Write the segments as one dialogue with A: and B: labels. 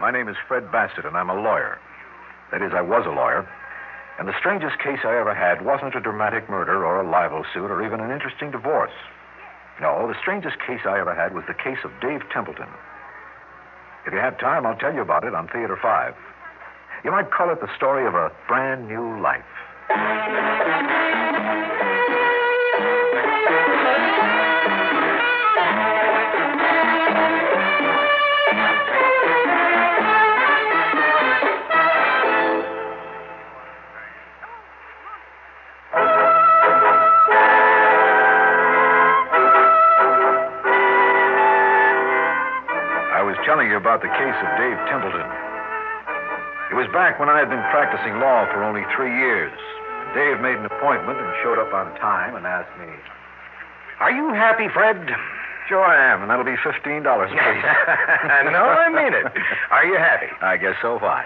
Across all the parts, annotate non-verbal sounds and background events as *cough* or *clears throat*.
A: My name is Fred Bassett, and I'm a lawyer. That is, I was a lawyer. And the strangest case I ever had wasn't a dramatic murder or a libel suit or even an interesting divorce. No, the strangest case I ever had was the case of Dave Templeton. If you have time, I'll tell you about it on Theater 5. You might call it the story of a brand new life. I was telling you about the case of Dave Templeton. It was back when I had been practicing law for only three years. Dave made an appointment and showed up on time and asked me, Are you happy, Fred? Sure I am, and that'll be $15, please.
B: *laughs* no, I mean it. Are you happy?
A: *laughs* I guess so, why?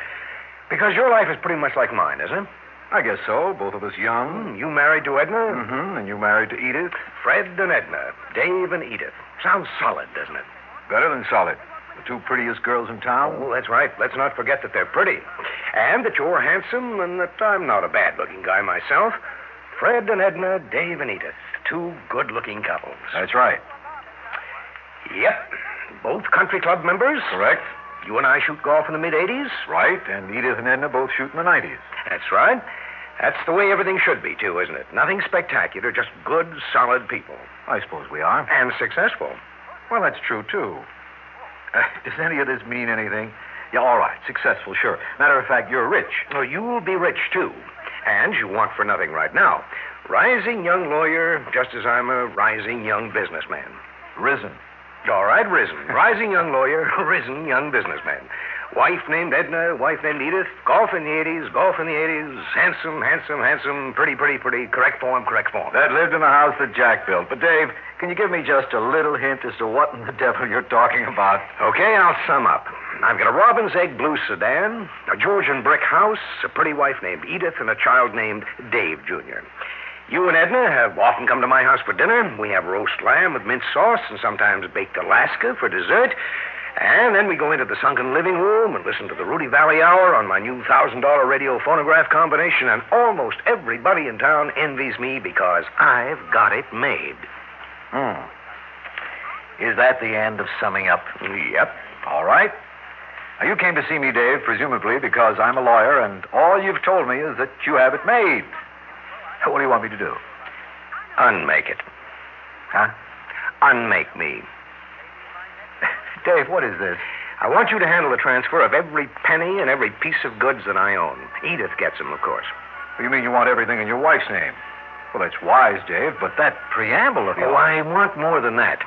B: Because your life is pretty much like mine, isn't it? Hmm,
A: I guess so, both of us young.
B: You married to Edna?
A: Mm-hmm, and you married to Edith?
B: Fred and Edna. Dave and Edith. Sounds solid, doesn't it?
A: Better than solid. The two prettiest girls in town.
B: Oh, that's right. Let's not forget that they're pretty. And that you're handsome and that I'm not a bad looking guy myself. Fred and Edna, Dave and Edith. Two good looking couples.
A: That's right.
B: Yep. Both country club members.
A: Correct?
B: You and I shoot golf in the mid 80s.
A: Right, and Edith and Edna both shoot in the 90s.
B: That's right. That's the way everything should be, too, isn't it? Nothing spectacular, just good, solid people.
A: I suppose we are.
B: And successful.
A: Well, that's true, too. Uh, does any of this mean anything? Yeah, all right, successful, sure. Matter of fact, you're rich.
B: Well, you'll be rich, too. And you want for nothing right now. Rising young lawyer, just as I'm a rising young businessman.
A: Risen.
B: All right, risen. Rising young lawyer, *laughs* risen young businessman. Wife named Edna, wife named Edith. Golf in the 80s, golf in the 80s. Handsome, handsome, handsome. Pretty, pretty, pretty. Correct form, correct form.
A: That lived in the house that Jack built. But, Dave, can you give me just a little hint as to what in the *laughs* devil you're talking about?
B: Okay, I'll sum up. I've got a robin's egg blue sedan, a Georgian brick house, a pretty wife named Edith, and a child named Dave Jr. You and Edna have often come to my house for dinner. We have roast lamb with mint sauce and sometimes baked Alaska for dessert. And then we go into the sunken living room and listen to the Rudy Valley Hour on my new $1,000 radio phonograph combination, and almost everybody in town envies me because I've got it made.
A: Hmm. Is that the end of summing up?
B: Yep.
A: All right. Now, you came to see me, Dave, presumably because I'm a lawyer, and all you've told me is that you have it made. What do you want me to do?
B: Unmake it.
A: Huh?
B: Unmake me.
A: Dave, what is this?
B: I want you to handle the transfer of every penny and every piece of goods that I own. Edith gets them, of course.
A: You mean you want everything in your wife's name? Well, that's wise, Dave, but that preamble of
B: Oh,
A: yours.
B: I want more than that.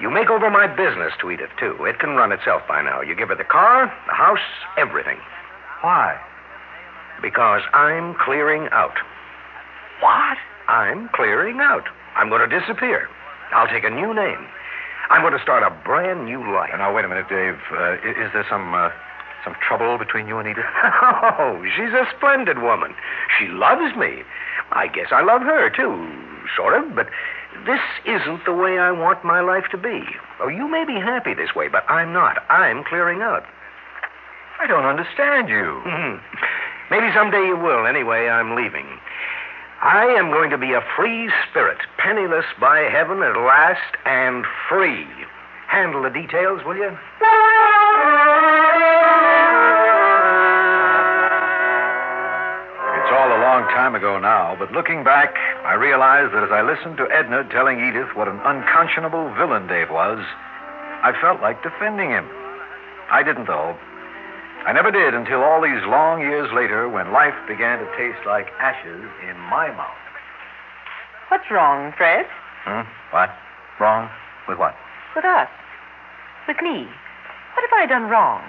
B: You make over my business to Edith, too. It can run itself by now. You give her the car, the house, everything.
A: Why?
B: Because I'm clearing out.
A: What?
B: I'm clearing out. I'm going to disappear. I'll take a new name. I'm going to start a brand new life.
A: now, wait a minute, Dave. Uh, i- is there some, uh, some trouble between you and Edith?
B: *laughs* Oh, she's a splendid woman. She loves me. I guess I love her, too, sort of, but this isn't the way I want my life to be. Oh, you may be happy this way, but I'm not. I'm clearing out.
A: I don't understand you.
B: Mhm. *laughs* Maybe someday you will. Anyway, I'm leaving. I am going to be a free spirit, penniless by heaven at last, and free. Handle the details, will you?
A: It's all a long time ago now, but looking back, I realized that as I listened to Edna telling Edith what an unconscionable villain Dave was, I felt like defending him. I didn't, though. I never did until all these long years later when life began to taste like ashes in my mouth.
C: What's wrong, Fred?
A: Hmm? What? Wrong? With what?
C: With us? With me? What have I done wrong?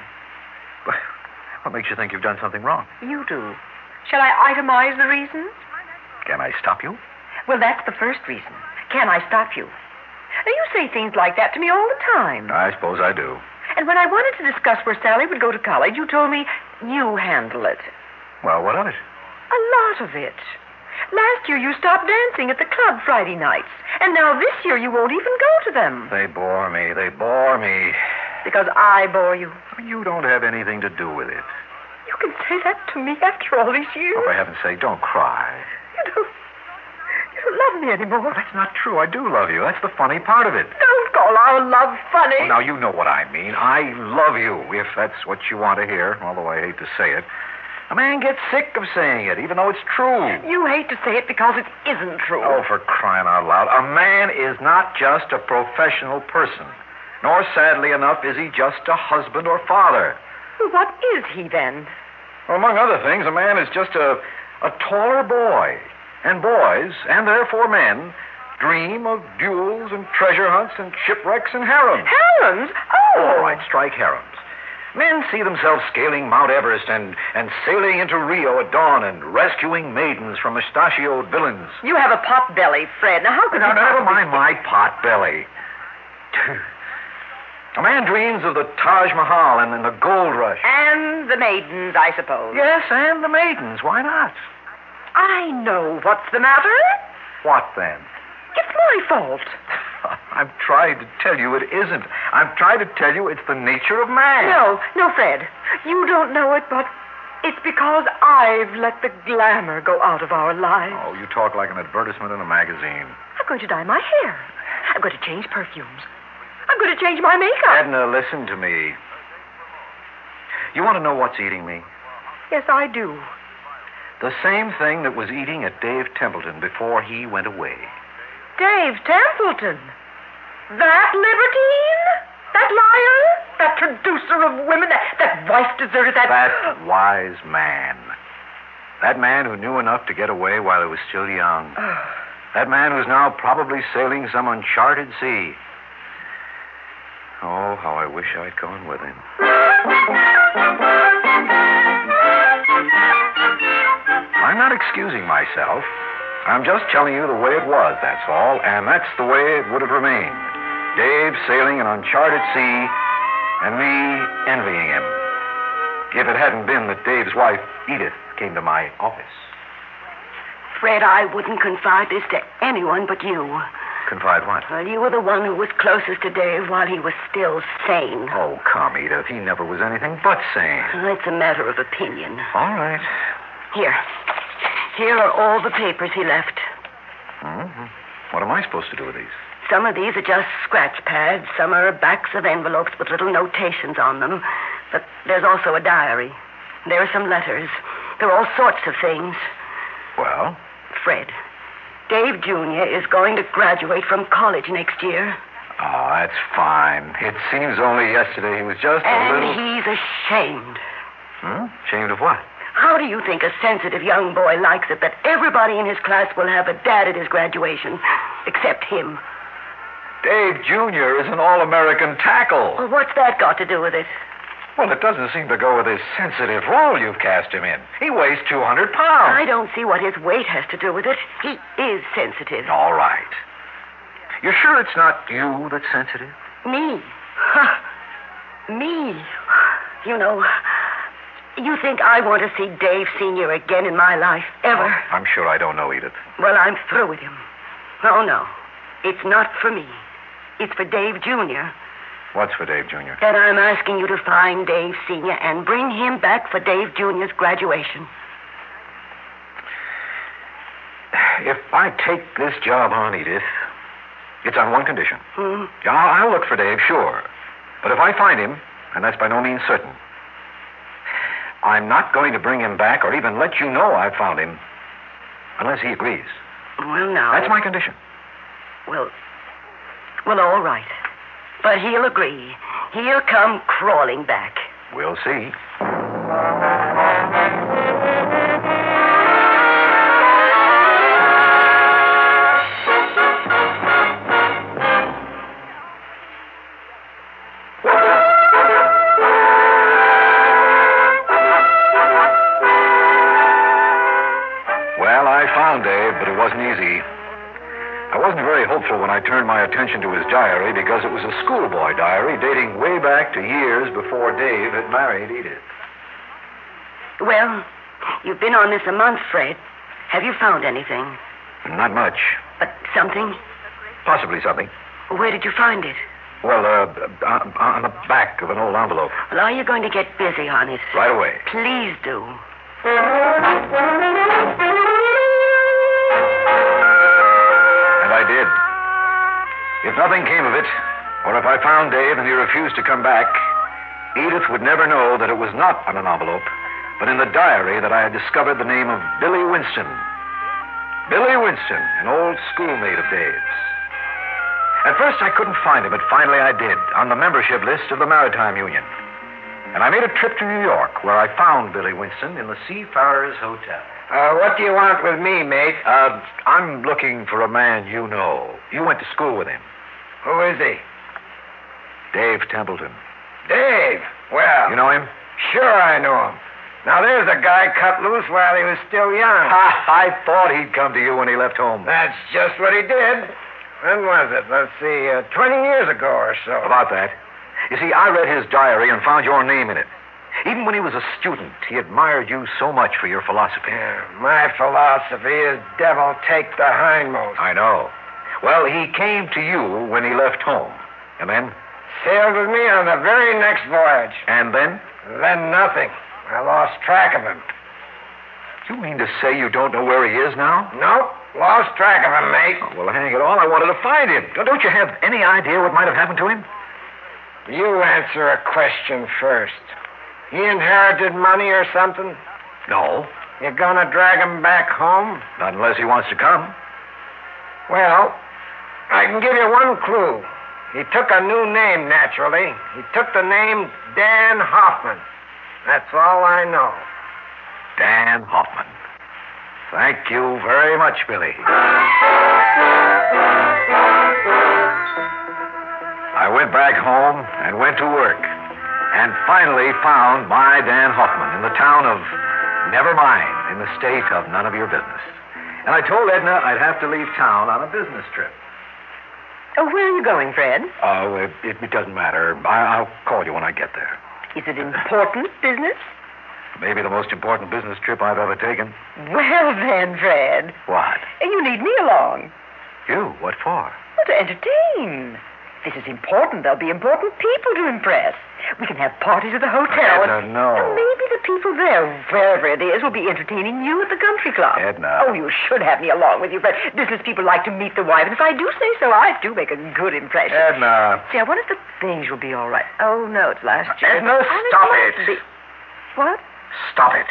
A: *laughs* What makes you think you've done something wrong?
C: You do. Shall I itemize the reasons?
A: Can I stop you?
C: Well, that's the first reason. Can I stop you? Now, you say things like that to me all the time.
A: I suppose I do.
C: And when I wanted to discuss where Sally would go to college, you told me you handle it.
A: Well, what of it?
C: A lot of it. Last year you stopped dancing at the club Friday nights, and now this year you won't even go to them.
A: They bore me. They bore me.
D: because I bore you.
A: You don't have anything to do with it.
D: You can say that to me after all these years.
A: Oh, for heaven's sake, don't cry.
D: You don't. You don't love me anymore.
A: That's not true. I do love you. That's the funny part of it.
D: Don't call our love funny.
A: Well, Oh, now, you know what I mean. I love you, if that's what you want to hear, although I hate to say it. A man gets sick of saying it, even though it's true.
D: You hate to say it because it isn't true.
A: Oh, for crying out loud. A man is not just a professional person, nor, sadly enough, is he just a husband or father.
D: Well, What is he then?
A: Well, among other things, a man is just a, a taller boy. And boys, and therefore men, dream of duels and treasure hunts and shipwrecks and harems.
D: Helen's? Oh.
A: All right, strike harems. Men see themselves scaling Mount Everest and, and sailing into Rio at dawn and rescuing maidens from mustachioed villains.
D: You have a pot belly, Fred. Now, how could
A: Now,
D: you
A: never
D: possibly- *laughs*
A: mind my pot belly. a man dreams of the Taj Mahal and, and the gold rush.
D: And the maidens, I suppose.
A: Yes, and the maidens. Why not?
D: I know what's the matter.
A: What then?
D: It's my
A: *laughs*
D: fault.
A: I'm trying to tell you it isn't. I'm trying to tell you it's the nature of man.
D: No, no, Fred. You don't know it, but it's because I've let the glamour go out of our lives.
A: Oh, you talk like an advertisement in a magazine.
D: I'm going to dye my hair. I'm going to change perfumes. I'm going to change my makeup.
A: Edna, listen to me. You want to know what's eating me?
D: Yes, I do.
A: The same thing that was eating at Dave Templeton before he went away.
D: Dave Templeton. That libertine? That liar? That traducer of women? That, that wife deserter? That. *laughs*
A: That wise man. That man who knew enough to get away while he was still young. That man who's now probably sailing some uncharted sea. Oh, how I wish I'd gone with him. I'm not excusing myself. I'm just telling you the way it was, that's all, and that's the way it would have remained. Dave sailing an uncharted sea, and me envying him. If it hadn't been that Dave's wife, Edith, came to my office.
B: Fred, I wouldn't confide this to anyone but you.
A: Confide what?
B: Well, you were the one who was closest to Dave while he was still sane.
A: Oh, come, Edith. He never was anything but sane.
B: Well, It's a matter of opinion.
A: All right.
B: Here. Here are all the papers he left.
A: hmm What am I supposed to do with these?
B: Some of these are just scratch pads, some are backs of envelopes with little notations on them. But there's also a diary. There are some letters. There are all sorts of things.
A: Well,
B: Fred, Dave Jr. is going to graduate from college next year.
A: oh, that's fine. It seems only yesterday he was just a
B: And
A: little.
B: he's ashamed.
A: Hmm? Ashamed of what?
B: How do you think a sensitive young boy likes it that everybody in his class will have a dad at his graduation, except him?
A: Dave Jr. is an all American tackle.
B: Well, what's that got to do with it?
A: Well, it doesn't seem to go with this sensitive role you've cast him in. He weighs 200
B: I
A: pounds.
B: don't see what his weight has to do with it. He is sensitive.
A: All right. You're sure it's not you that's sensitive?
B: Me? Me? You know, you think I want to see Dave Sr. again in my life, ever?
A: Oh, I'm sure I don't know, Edith.
B: Well, I'm through with him. Oh, no. It's not for me. It's for Dave Jr.
A: What's for Dave Jr.?
B: Then I'm asking you to find Dave Sr. and bring him back for Dave Jr.'s graduation.
A: If I take this job on, Edith, it's on one condition.
B: Hmm?
A: Yeah, I'll, I'll look for Dave, sure. But if I find him, and that's by no means certain, I'm not going to bring him back or even let you know I've found him unless he agrees.
B: Well, now.
A: That's my condition.
B: Well, well, all right. But he'll agree. He'll come crawling back.
A: We'll see. Well, I found Dave, but it wasn't easy. I wasn't very hopeful when I turned my attention to his diary because it was a schoolboy diary dating way back to years before Dave had married Edith.
B: Well, you've been on this a month, Fred. Have you found anything?
A: Not much.
B: But something?
A: Possibly something.
B: Where did you find it?
A: Well, uh, on, on the back of an old envelope.
E: Well, are you going to get busy on it?
A: Right away.
E: Please do.
A: And I did. If nothing came of it, or if I found Dave and he refused to come back, Edith would never know that it was not on an envelope, but in the diary that I had discovered the name of Billy Winston. Billy Winston, an old schoolmate of Dave's. At first, I couldn't find him, but finally I did, on the membership list of the Maritime Union. And I made a trip to New York, where I found Billy Winston in the Seafarers Hotel.
B: Uh, what do you want with me, mate?
A: Uh, I'm looking for a man you know. You went to school with him.
B: Who is he?
A: Dave Templeton.
B: Dave. Well,
A: You know him?
B: sure I know him. Now,
A: *laughs*
B: there's a guy cut loose while he was still young.
A: Ha, I thought he'd come to you when he left home.
B: That's just what he did. When was it? Let's see, uh, 20 years ago or so.
A: About that. You see, I read his diary and found your name in it. Even when he was a student, he admired you so much for your philosophy.
B: Yeah, my philosophy is devil take the hindmost.
A: I know. Well, he came to you when he left home. And then?
B: Sailed with me on the very next voyage.
A: And then?
B: Then nothing. I lost track of him.
A: You mean to say you don't know where he is now?
B: Nope, lost track of him, mate.
A: Oh, well, hang it all. I wanted to find him. Don't you have any idea what might have happened to him?
B: You answer a question first. He inherited money or something?
A: No.
B: You gonna drag him back home?
A: Not unless he wants to come.
B: Well, I can give you one clue. He took a new name, naturally. He took the name Dan Hoffman. That's all I know.
A: Dan Hoffman. Thank you very much, Billy. I went back home and went to work and finally found my Dan Hoffman in the town of Nevermind, in the state of none of your business. And I told Edna I'd have to leave town on a business trip.
E: Oh, where are you going, Fred?
A: Oh, it, it, it doesn't matter. I, I'll call you when I get there.
E: Is it important business?
A: Maybe the most important business trip I've ever taken.
E: Well, then, Fred,
A: What?
E: you need me along.
A: You? What for?
E: Well, to entertain. This is important. There'll be important people to impress. We can have parties at the hotel.
A: Edna,
E: and,
A: no.
E: and maybe the people there, wherever it is, will be entertaining you at the country club.
A: Edna.
E: Oh, you should have me along with you, Fred. Business people like to meet the wife, and if I do say so, I do make a good impression.
A: Edna.
E: See, I wonder if the things will be all right. Oh, no, it's last year.
A: Edna,
E: Oh, it
A: stop
E: must
A: it.
E: be. What?
A: Stop it.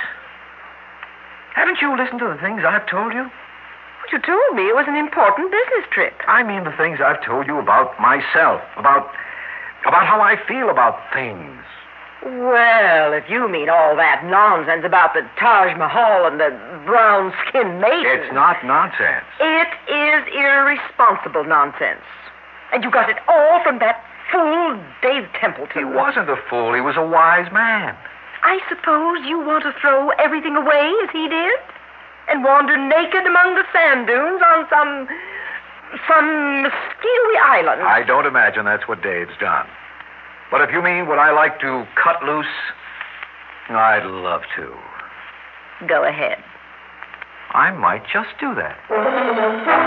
A: Haven't you listened to the things I've told you?
E: But you told me it was an important business trip.
A: I mean the things I've told you about myself, about about how I feel about things.
E: Well, if you mean all that nonsense about the Taj Mahal and the brown skin maiden.
A: It's not nonsense.
E: It is irresponsible nonsense. And you got it all from that fool Dave Templeton.
A: He wasn't a fool. He was a wise man.
E: I suppose you want to throw everything away as he did? And wander naked among the sand dunes on some. some mysterious island.
A: I don't imagine that's what Dave's done. But if you mean would I like to cut loose, I'd love to.
E: Go ahead.
A: I might just do that.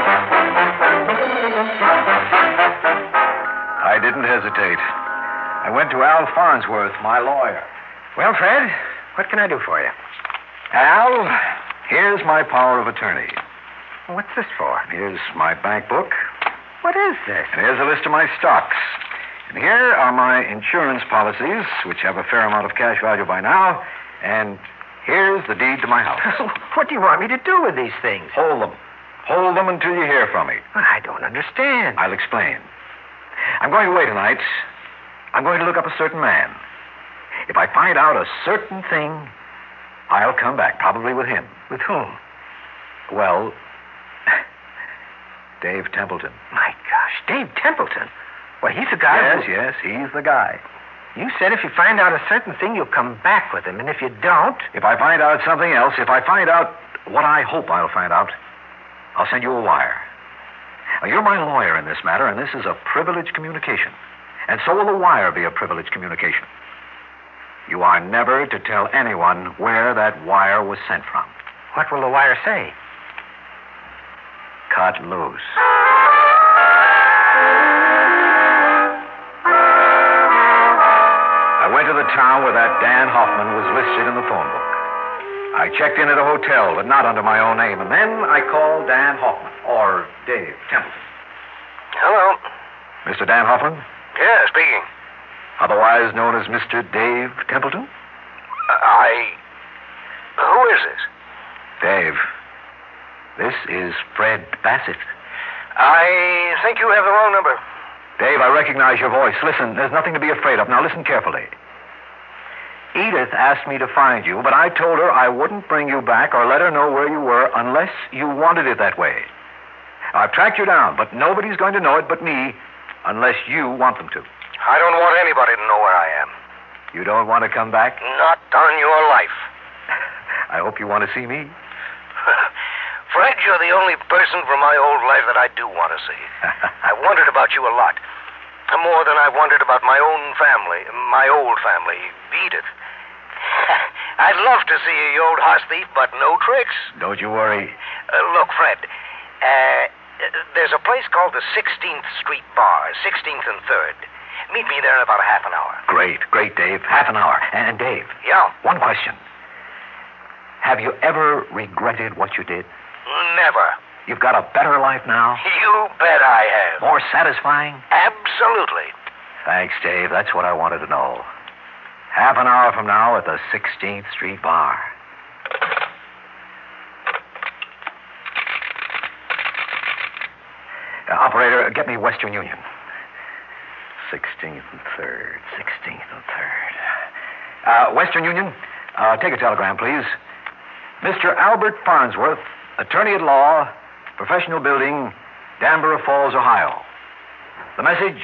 A: I didn't hesitate. I went to Al Farnsworth, my lawyer.
B: Well, Fred, what can I do for you?
A: Al, here's my power of attorney.
B: What's this for?
A: Here's my bank book.
B: What is this?
A: And here's a list of my stocks. And here are my insurance policies, which have a fair amount of cash value by now. And here's the deed to my house.
B: *laughs* what do you want me to do with these things?
A: Hold them. Hold them until you hear from me.
B: I don't understand.
A: I'll explain. I'm going away tonight. I'm going to look up a certain man. If I find out a certain thing, I'll come back, probably with him.
B: With whom?
A: Well, *laughs* Dave Templeton.
B: My gosh, Dave Templeton. Well, he's a guy.
A: Yes,
B: who-
A: yes, he's the guy.
B: You said if you find out a certain thing, you'll come back with him, and if you don't,
A: If I find out something else, if I find out what I hope I'll find out, I'll send you a wire. Now, you're my lawyer in this matter, and this is a privileged communication. And so will the wire be a privileged communication. You are never to tell anyone where that wire was sent from.
B: what will the wire say?
A: Cut loose. to the town where that Dan Hoffman was listed in the phone book. I checked in at a hotel, but not under my own name, and then I called Dan Hoffman, or Dave Templeton.
F: Hello.
A: Mr. Dan Hoffman,
F: Yeah, speaking.
A: otherwise known as Mr. Dave Templeton?
F: Uh, I. Who is this?
A: Dave, this is Fred Bassett.
F: I think you have the wrong number.
A: Dave, I recognize your voice. Listen, there's nothing to be afraid of. Now listen carefully. Edith asked me to find you, but I told her I wouldn't bring you back or let her know where you were unless you wanted it that way. I've tracked you down, but nobody's going to know it but me unless you want them to.
F: I don't want anybody to know where I am.
A: You don't want to come back? *laughs*
F: Not on your life. *laughs*
A: I hope you want to see me.
F: Fred, you're the only person from my old life that I do want to
B: *laughs*
F: see. I wondered about you a lot. More than I wondered about my own family, my old family, Edith. *laughs* I'd love to see you, you old horse thief, but no tricks.
A: Don't you worry.
F: Uh, look, Fred, uh, there's a place called the 16th Street Bar, 16th and 3rd. Meet me there in about a half an hour.
A: Great, great, Dave. Half an hour. And Dave,
F: Yeah,
A: one question. Have you ever regretted what you did?
F: never.
A: You've got a better life now,
F: You bet I have.
A: more satisfying.
F: Absolutely.
A: Thanks, Dave. That's what I wanted to know. Half an hour from now at the 16th Street Bar. Uh, operator, get me Western Union. 16th and 3rd. 16th and 3rd. Uh, Western Union, uh, take a telegram, please. Mr. Albert Farnsworth, attorney at law, professional building, Danborough Falls, Ohio. The message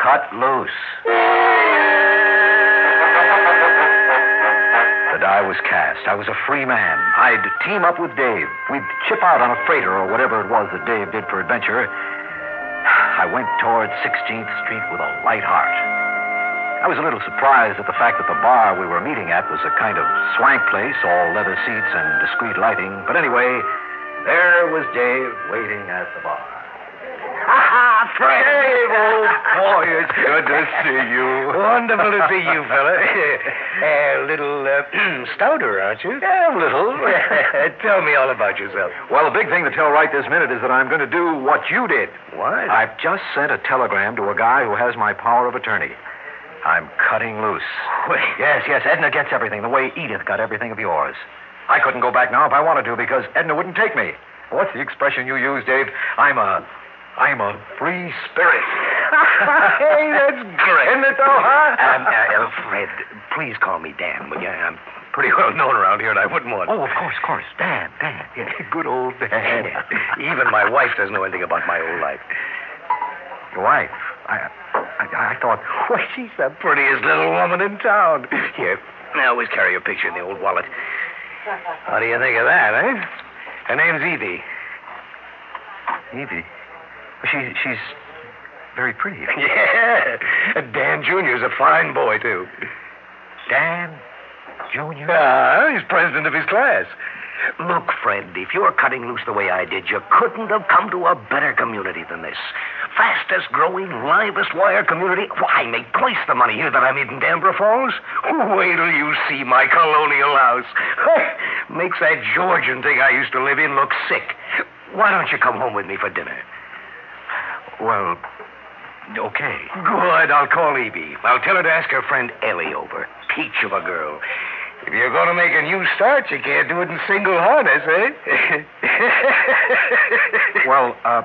A: Cut loose. The die was cast. I was a free man. I'd team up with Dave. We'd chip out on a freighter or whatever it was that Dave did for adventure. *sighs* I went toward 16th Street with a light heart. I was a little surprised at the fact that the bar we were meeting at was a kind of swank place, all leather seats and discreet lighting. But anyway, there was Dave waiting at the bar.
E: Ah, Fred.
A: Dave,
B: *laughs*
A: old boy, it's good to see you.
B: Wonderful to see you,
A: *laughs*
B: fella. A little uh, *clears throat* stouter, aren't you?
A: Yeah, a little.
B: *laughs* Tell me all about yourself.
A: well, the big thing to tell right this minute is that I'm going to do what you did.
B: What?
A: I've just sent a
B: *laughs*
A: telegram to a guy who has my power of attorney. I'm cutting loose. Yes, yes, Edna gets everything the way Edith got everything of yours. I couldn't go back now if I wanted to because Edna wouldn't take me. What's the expression you use, Dave? I'm a. I'm a free *laughs* spirit.
B: *laughs* hey, that's great.
A: Isn't it, though, huh?
B: Um, uh, uh, Fred, please call me Dan, will you? I'm pretty well known around here, and I wouldn't want.
A: oh, of course, of course. Dan, Dan.
B: *laughs*
A: Good old Dan.
B: Even my wife doesn't know anything about my old life.
A: Your wife. I, I, I thought.
B: Why, she's the prettiest little woman in town. Here, I always carry her picture in the old wallet. What do you think of that, eh? Her name's Evie.
A: Evie. She, she's very pretty.
B: *laughs* Yeah. And Dan Jr.'s a fine boy, too.
A: Dan Junior.
B: Ah, he's president of his class. Look, Fred, if you're cutting loose the way I did, you couldn't have come to a better community than this. Fastest growing, livest wire community. Why, I make twice the money here that I made in Danborough Falls. Wait till you see my colonial house. *laughs* Makes that Georgian thing I used to live in look sick. Why don't you come home with me for dinner?
A: Well, okay.
B: Good. I'll call Evie. I'll tell her to ask her friend Ellie over. Peach of a girl. If you're going to make a new start, you can't do it in single harness, *laughs* eh?
A: Well, uh,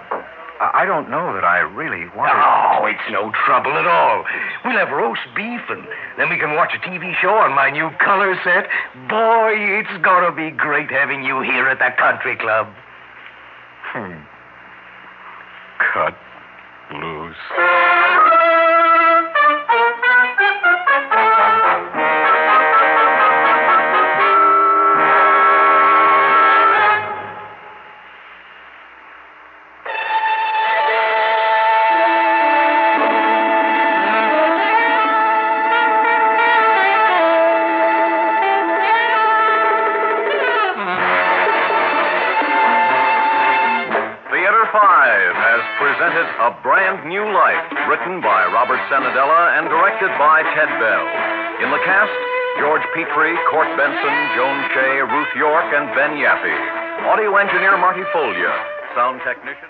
A: I I don't know that I really want
B: Oh, it's no trouble at all. We'll have roast beef, and then we can watch a TV show on my new color set. Boy, it's going to be great having you here at the country club.
A: to. Hmm. Cut loose.
F: Theater 5 has presented a brand
A: New Life, written by Robert Sanadella and directed by Ted Bell. In the cast, George Petrie, Court Benson, Joan Shea, Ruth York, and Ben Yaffe. Audio engineer Marty Folia. Sound technician.